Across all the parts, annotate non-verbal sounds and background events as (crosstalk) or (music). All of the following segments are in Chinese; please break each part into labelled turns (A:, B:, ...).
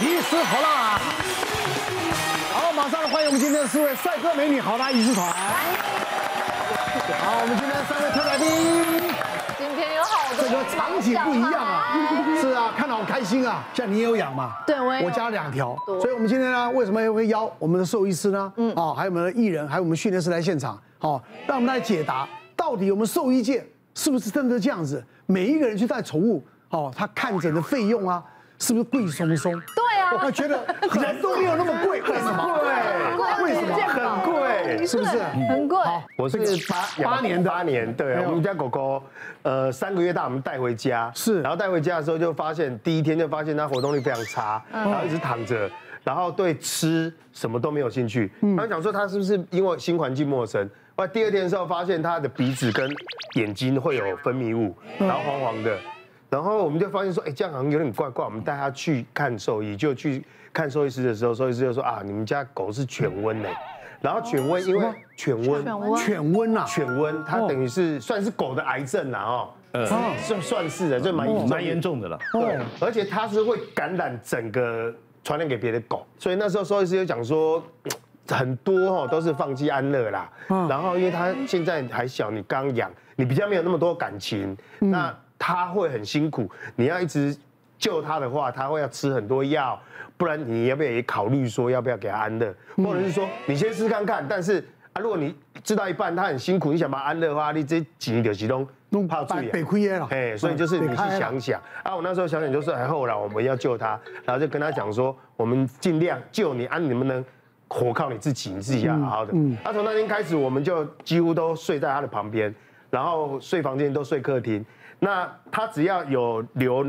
A: 一丝好辣。好，马上欢迎我们今天的四位帅哥美女好辣一支团。好，我们今天三位特来宾。
B: 今天有好多
A: 这个场景不一样啊
B: 小孩，
A: 是啊，看到好开心啊。像你也有养嘛？
B: 对我也有
A: 我家两条，
B: 多
A: 所以我们今天呢，为什么会邀我们的兽医师呢？嗯，哦，还有我们的艺人，还有我们训练师来现场，好、让我们来解答，到底我们兽医界是不是真的这样子？每一个人去带宠物，哦，他看诊的费用啊，是不是贵松松？
B: 对啊
A: 我觉得人都没有那么贵，为什么？
B: 贵
A: 为什么？
C: 很贵。
A: 是不是？嗯
B: 很贵，
C: 我是八
A: 八年的
C: 八年，对
A: 没有
C: 我们家狗狗，呃，三个月大，我们带回家，
A: 是
C: 然后带回家的时候就发现，第一天就发现它活动力非常差，
A: 嗯
C: 然后一直躺着，然后对吃什么都没有兴趣，
A: 嗯
C: 然后想说它是不是因为新环境陌生？后来第二天的时候发现它的鼻子跟眼睛会有分泌物，然后黄黄的。然后我们就发现说，哎，这样好像有点怪怪。我们带它去看兽医，就去看兽医师的时候，兽医师就说啊，你们家狗是犬瘟呢。然后犬瘟因为犬瘟，
B: 犬瘟
A: 犬瘟啊，
C: 犬瘟，它等于是算是狗的癌症啦哦，
A: 哦
C: 算算是的，就蛮严重的
D: 蛮严重的
A: 嗯
D: 了。
C: 对，而且它是会感染整个传染给别的狗，所以那时候兽医师就讲说。很多哦都是放弃安乐啦，
A: 嗯
C: 然后因为它现在还小，你刚养，你比较没有那么多感情，
A: 嗯
C: 那它会很辛苦，你要一直救它的话，它会要吃很多药，不然你要不要也考虑说要不要给它安乐，
A: 嗯
C: 或者是说你先试看看，但是啊，如果你治到一半它很辛苦，你想把它安乐的话，啊你这钱就是都
A: 弄
C: 泡醉了
A: 白白亏了
C: 哎，所以就是你去想想啊，我那时候想想就是，哎，后来我们要救他，然后就跟他讲说，我们尽量救你啊，你能不能活靠你自己，你自己要
A: 嗯
C: 好好的。他从那天开始，我们就几乎都睡在他的旁边，然后睡房间都睡客厅。那他只要有流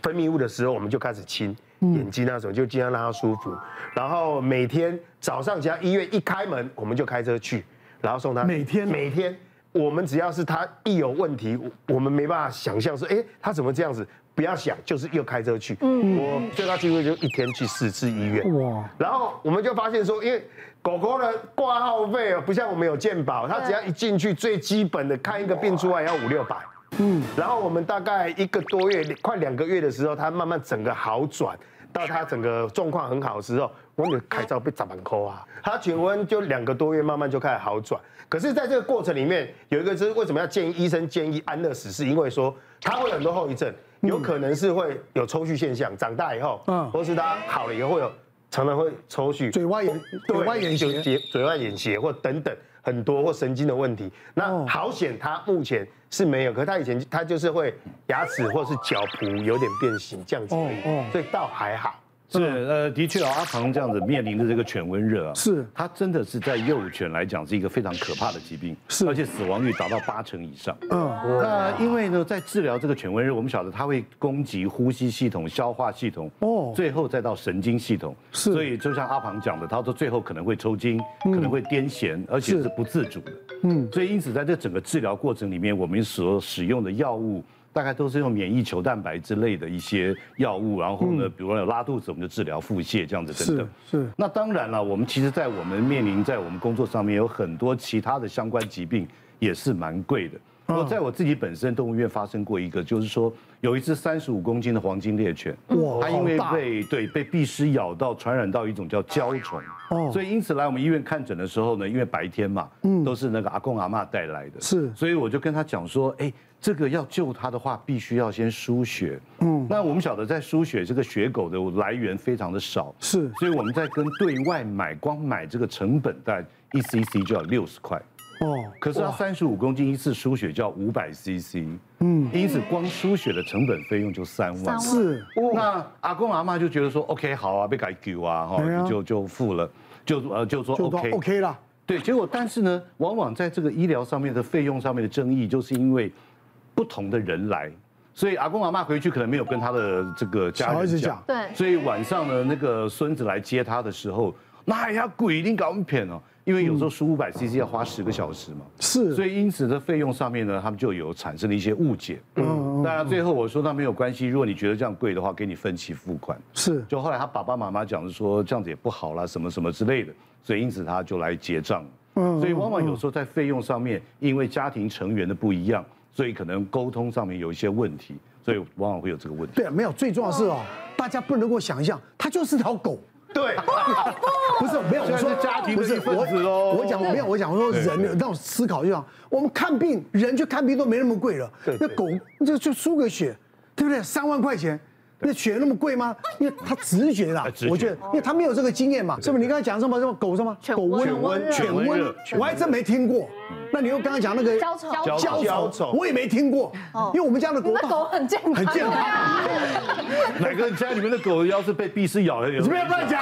C: 分泌物的时候，我们就开始亲。
A: 嗯
C: 眼睛那时候就尽量让他舒服，然后每天早上只要医院一开门，我们就开车去，然后送他
A: 每天
C: 每天我们只要是他一有问题，我我们没办法想象说，哎、他怎么这样子？不要想，就是又开车去。嗯，我最高纪录就一天去四次医院。
A: 哇
C: 哇！然后我们就发现说，因为狗狗的挂号费哦，不像我们有健保，它只要一进去最基本的看一个病出来要五六百。嗯，然后我们大概一个多月，快两个月的时候，它慢慢整个好转，到它整个状况很好的时候，我们开照被砸满扣啊。它犬瘟就两个多月，慢慢就开始好转。可是，在这个过程里面，有一个就是为什么要建议医生建议安乐死，是因为说它会有很多后遗症，有可能是会有抽搐现象，长大以后，
A: 嗯
C: 嗯，或是它好了以后会有常常会抽搐，
A: 嘴歪眼
C: 对
A: 嘴歪眼斜
C: 就结嘴外眼斜或等等很多或神经的问题。那好险，他目前是没有，可他以前他就是会牙齿或是脚蹼有点变形这样子而
A: 哦哦
C: 已，所以倒还好。
D: 是呃，的确啊，阿庞这样子面临的这个犬瘟热啊，
A: 是
D: 它真的是在幼犬来讲是一个非常可怕的疾病，
A: 是
D: 而且死亡率达到八成以上。
A: 嗯。
D: 那因为呢，在治疗这个犬瘟热，我们晓得它会攻击呼吸系统、消化系统，
A: 哦
D: 哦，最后再到神经系统。
A: 是嗯
D: 所以就像阿庞讲的，他说最后可能会抽筋，可能会癫痫，而且
A: 是
D: 是不自主的。嗯，所以因此在这整个治疗过程里面，我们所使用的药物。大概都是用免疫球蛋白之类的一些药物，然后呢，比如说有拉肚子，我们就治疗腹泻这样子等等。
A: 是是
D: 那当然了，我们其实，在我们面临在我们工作上面有很多其他的相关疾病，也是蛮贵的。我在我自己本身动物医院发生过一个，就是说有一只三十五公斤的黄金猎犬，
A: 哇
D: 它因为
A: 好大
D: 被对被蜱虱咬到，传染到一种叫胶虫，
A: 哦嗯
D: 所以因此来我们医院看诊的时候呢，因为白天嘛，都是那个阿公阿嬷带来的，
A: 是
D: 所以我就跟他讲说，哎，这个要救它的话，必须要先输血。嗯，那我们晓得在输血这个血狗的来源非常的少，
A: 是
D: 所以我们在跟对外买，光买这个成本大概一 cc 就要六十块。
A: 哦，
D: 可是它三十五公斤一次输血就要五百 CC，嗯，因此光输血的成本费用就三万。
B: 三万
A: 是
D: 那阿公阿妈就觉得说 OK 好啊，被改救啊，哈、
A: 对啊
D: 就就付了，就呃就说
A: 就都
D: OK
A: OK 啦，
D: 对，结果但是呢，往往在这个医疗上面的费用上面的争议，就是因为不同的人来，所以阿公阿妈回去可能没有跟他的这个家
A: 小孩
D: 人
A: 子
D: 讲
A: 讲，
B: 对
D: 所以晚上呢，那个孙子来接他的时候，那呀鬼一定搞我们骗哦，因为有
A: 嗯
D: 时候输五百 CC 要花十个小时嘛，
A: 是
D: 所以因此的费用上面呢，他们就有产生了一些误解。嗯，当然最后我说那没有关系，如果你觉得这样贵的话，给你分期付款。
A: 是
D: 就后来他爸爸妈妈讲是说这样子也不好啦，什么什么之类的，所以因此他就来结账。
A: 嗯
D: 所以往往有时候在费用上面，因为家庭成员的不一样，所以可能沟
A: (laughs)
D: 通
A: 啊
D: 上面有一些问题，所以往往会有这个问题。
A: 对，没有最重要的是哦，大家不能够想象它它就是条狗。
C: 对，
A: (laughs) 不是没有，我说
D: 虽然是家庭
A: 不
D: 的
A: 是
D: 一份子
A: 我
D: 哦
A: 我讲我没有，我讲我说
D: 对
A: 人
D: 对
A: 有那种思考，就像我们看病，人去看病都没那么贵了，
C: 对
A: 那
C: 对
A: 狗就就输个血，对不对？三万块钱。那血那么贵吗？因为他直觉啦
D: 啊直，觉
A: 我觉得，因为他没有这个经验嘛，是不是？你刚才讲什么什么狗什么
B: 犬
A: 狗
B: 瘟
A: 瘟
D: 犬瘟热
A: 我还真没听过。那你又刚刚讲那个
B: 焦愁
D: 焦
A: 焦
C: 焦
D: 愁
A: 愁
C: 愁，
A: 我也没听过，因为我们家的
B: 你
A: 狗
B: 们狗很健康，
A: 很健康
B: 对啊
D: 哪个人家里面的狗要是被壁虱咬了，有
A: 你不要乱讲。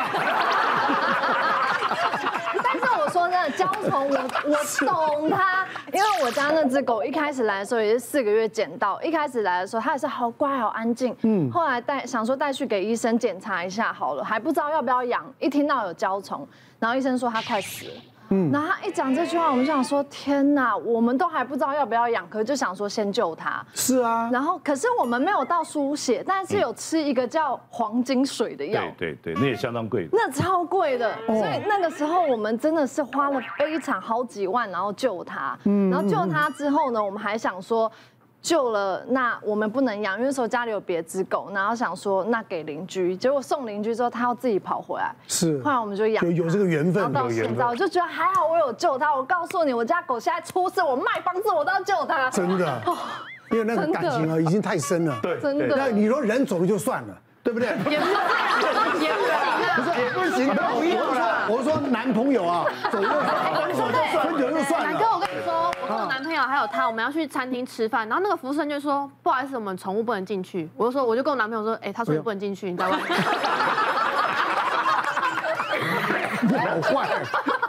B: 但是我说真的，焦虫我
A: (laughs)
B: 我懂它，因为我家那只狗一开始来的时候也是四个月捡到，一开始来的时候它也是好乖好安静，嗯，后来带想说带去给医生检查一下好了，还不知道要不要养，一听到有焦虫，然后医生说它快死了。嗯，然后他一讲这句话，我们就想说天哪，我们都还不知道要不要养，可是就想说先救它。
A: 是啊，
B: 然后，可 (laughs) 是我们没有到输血，但是有吃一个叫黄金水的药
D: 对，对对，那也相当贵。
B: 那超贵的，
A: 哦
B: 所以那个时候我们真的是花了非常好几万，然后救他。
A: 嗯
B: 然后救他之后呢，我们还想说。救了，那我们不能养，因为那时候家里有别只狗，然后想说那给邻居，结果送邻居之后，它要自己跑回来，
A: 是
B: 后来我们就养它，
A: 有有这个缘分
B: 然后到
A: 有
B: 现在，我就觉得还好我有救它。我告诉你，我家狗现在出事，我卖房子我都要救它，
A: 真的，因为那个
B: 真的
A: 感情啊已经太深了。
C: 对，
B: 真
C: 对
B: 的
A: 那你说人走了就算了，对不对？
B: 也不是这样，也不行啊。
C: 也不行，都不要啦。
A: 我说男朋友啊，走了就算了，分手就算了，分手就算
E: 南哥，
A: 了。
E: 我跟哎你说，我跟我男朋友还有
A: 嗯
E: 他，我们要去餐厅吃饭，然后那个服务生就说：“不好意思，我们宠物不能进去。”我就说，我就跟我男朋友说：“哎，他说你不能进去，你在
A: (laughs)
E: 外面。
A: 你好坏，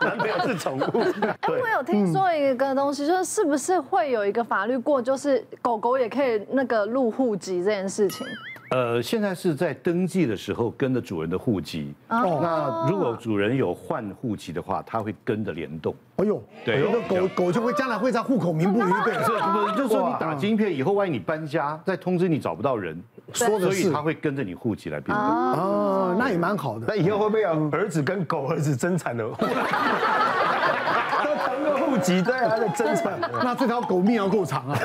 C: 男朋友是宠物，
B: 哎，我有听说一个东西，就是是不是会有一个法律过，就是狗狗也可以那个入户籍这件事情？
D: 呃，现在是在登记的时候跟着主人的户籍，
A: 哦
D: 那如果主人有换户籍的话，它会跟着联动。
A: 哎呦，
D: 对
A: 有的狗狗就会将来会在户口名簿里面对
D: 这不就是说你打晶片以后，万一你搬家，再通知你找不到人，
A: 说的
D: 所
A: 是
D: 以它会跟着你户籍来变动。
A: 哦，那也蛮好的。
C: 那以后会不会有儿子跟狗儿子争产的？ (laughs) 都同个户籍，对啊，在争产。
A: 那这条狗命要够长啊，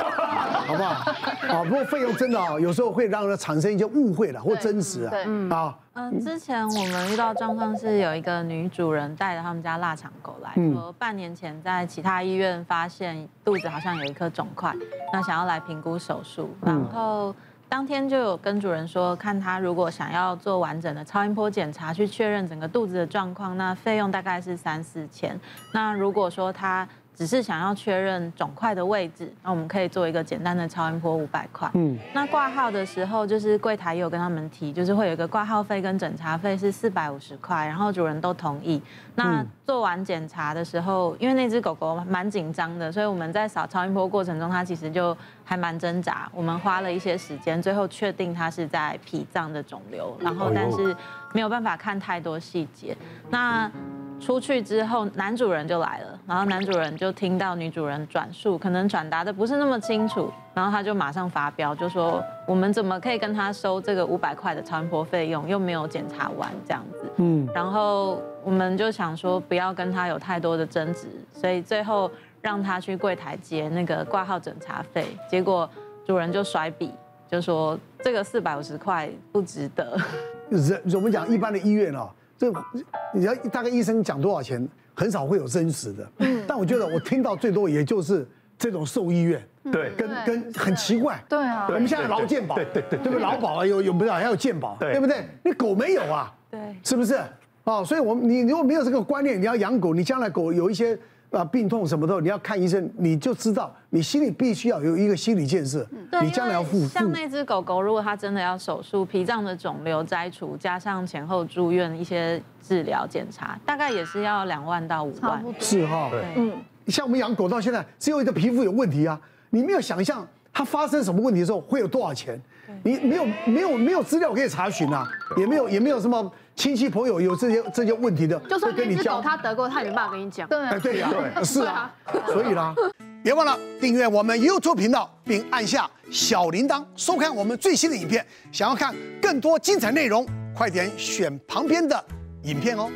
A: 好不好？啊，不过费用真的啊，有时候会让人产生一些误会了或争执啊。
B: 对
A: 啊，
F: 嗯，之前我们遇到状况是有一个女主人带着他们家腊肠狗来，说半年前在其他医院发现肚子好像有一颗肿块，那想要来评估手术，然后当天就有跟主人说，看他如果想要做完整的超音波检查去确认整个肚子的状况，那费用大概是三四千，那如果说他只是想要确认肿块的位置，那我们可以做一个简单的超音波五百块。嗯，那挂号的时候，就是柜台也有跟他们提，就是会有一个挂号费跟诊查费是四百五十块，然后主人都同意。那做完检查的时候，因为那只狗狗蛮紧张的，所以我们在扫超音波过程中，它其实就还蛮挣扎。我们花了一些时间，最后确定它是在脾脏的肿瘤，然后但是没有办法看太多细节。那出去之后，男主人就来了，然后男主人就听到女主人转述，可能转达的不是那么清楚，然后他就马上发飙，就说我们怎么可以跟他收这个五百块的超音波费用，又没有检查完这样子。嗯，然后我们就想说不要跟他有太多的争执，所以最后让他去柜台结那个挂号诊查费，结果主人就甩笔，就说这个四百五十块不值得。
A: 人我们讲一般的医院啊，这你要大概医生讲多少钱，很少会有真实的。
F: 嗯
A: 但我觉得我听到最多也就是这种兽医院，
F: 嗯
C: 对，
A: 跟跟很奇怪。
B: 对啊
A: 我，们现在有劳健保，对对对，对不对？劳保啊，有有不是还有健保，
C: 对
A: 对不对？你狗没有啊，
F: 对
A: 是不是？哦，所以我们你如果没有这个观念，你要养狗，你将来狗有一些啊病痛什么的，你要看医生，你就知道，你心里必须要有一个心理建设，
F: 嗯
B: 嗯
F: 对，
A: 你将来要
F: 因为
A: 付付
F: 像。那只狗狗，如果它真的要手术，脾脏的肿瘤摘除，加上前后住院一些治疗检查，大概也是要两万到五
B: 差
F: 万
B: 不。多。
A: 是哈、
F: 嗯，
A: 像我们养狗到现在，只有一个皮肤有问题啊，你没有想象它发生什么问题的时候会有多少钱，你没有没有没有资料可以查询啊，也没有也没有什么亲戚朋友有这些这些问题的，”
E: 就算
A: 会
E: 那
A: 跟你
E: 只
A: 交
E: 狗它得过，它也没办法跟你讲。
B: 对啊
A: 哎，对呀、是啊，所以啦，别忘了订阅我们 YouTube 频道，并按下小铃铛，收看我们最新的影片。想要看更多精彩内容，快点选旁边的影片哦。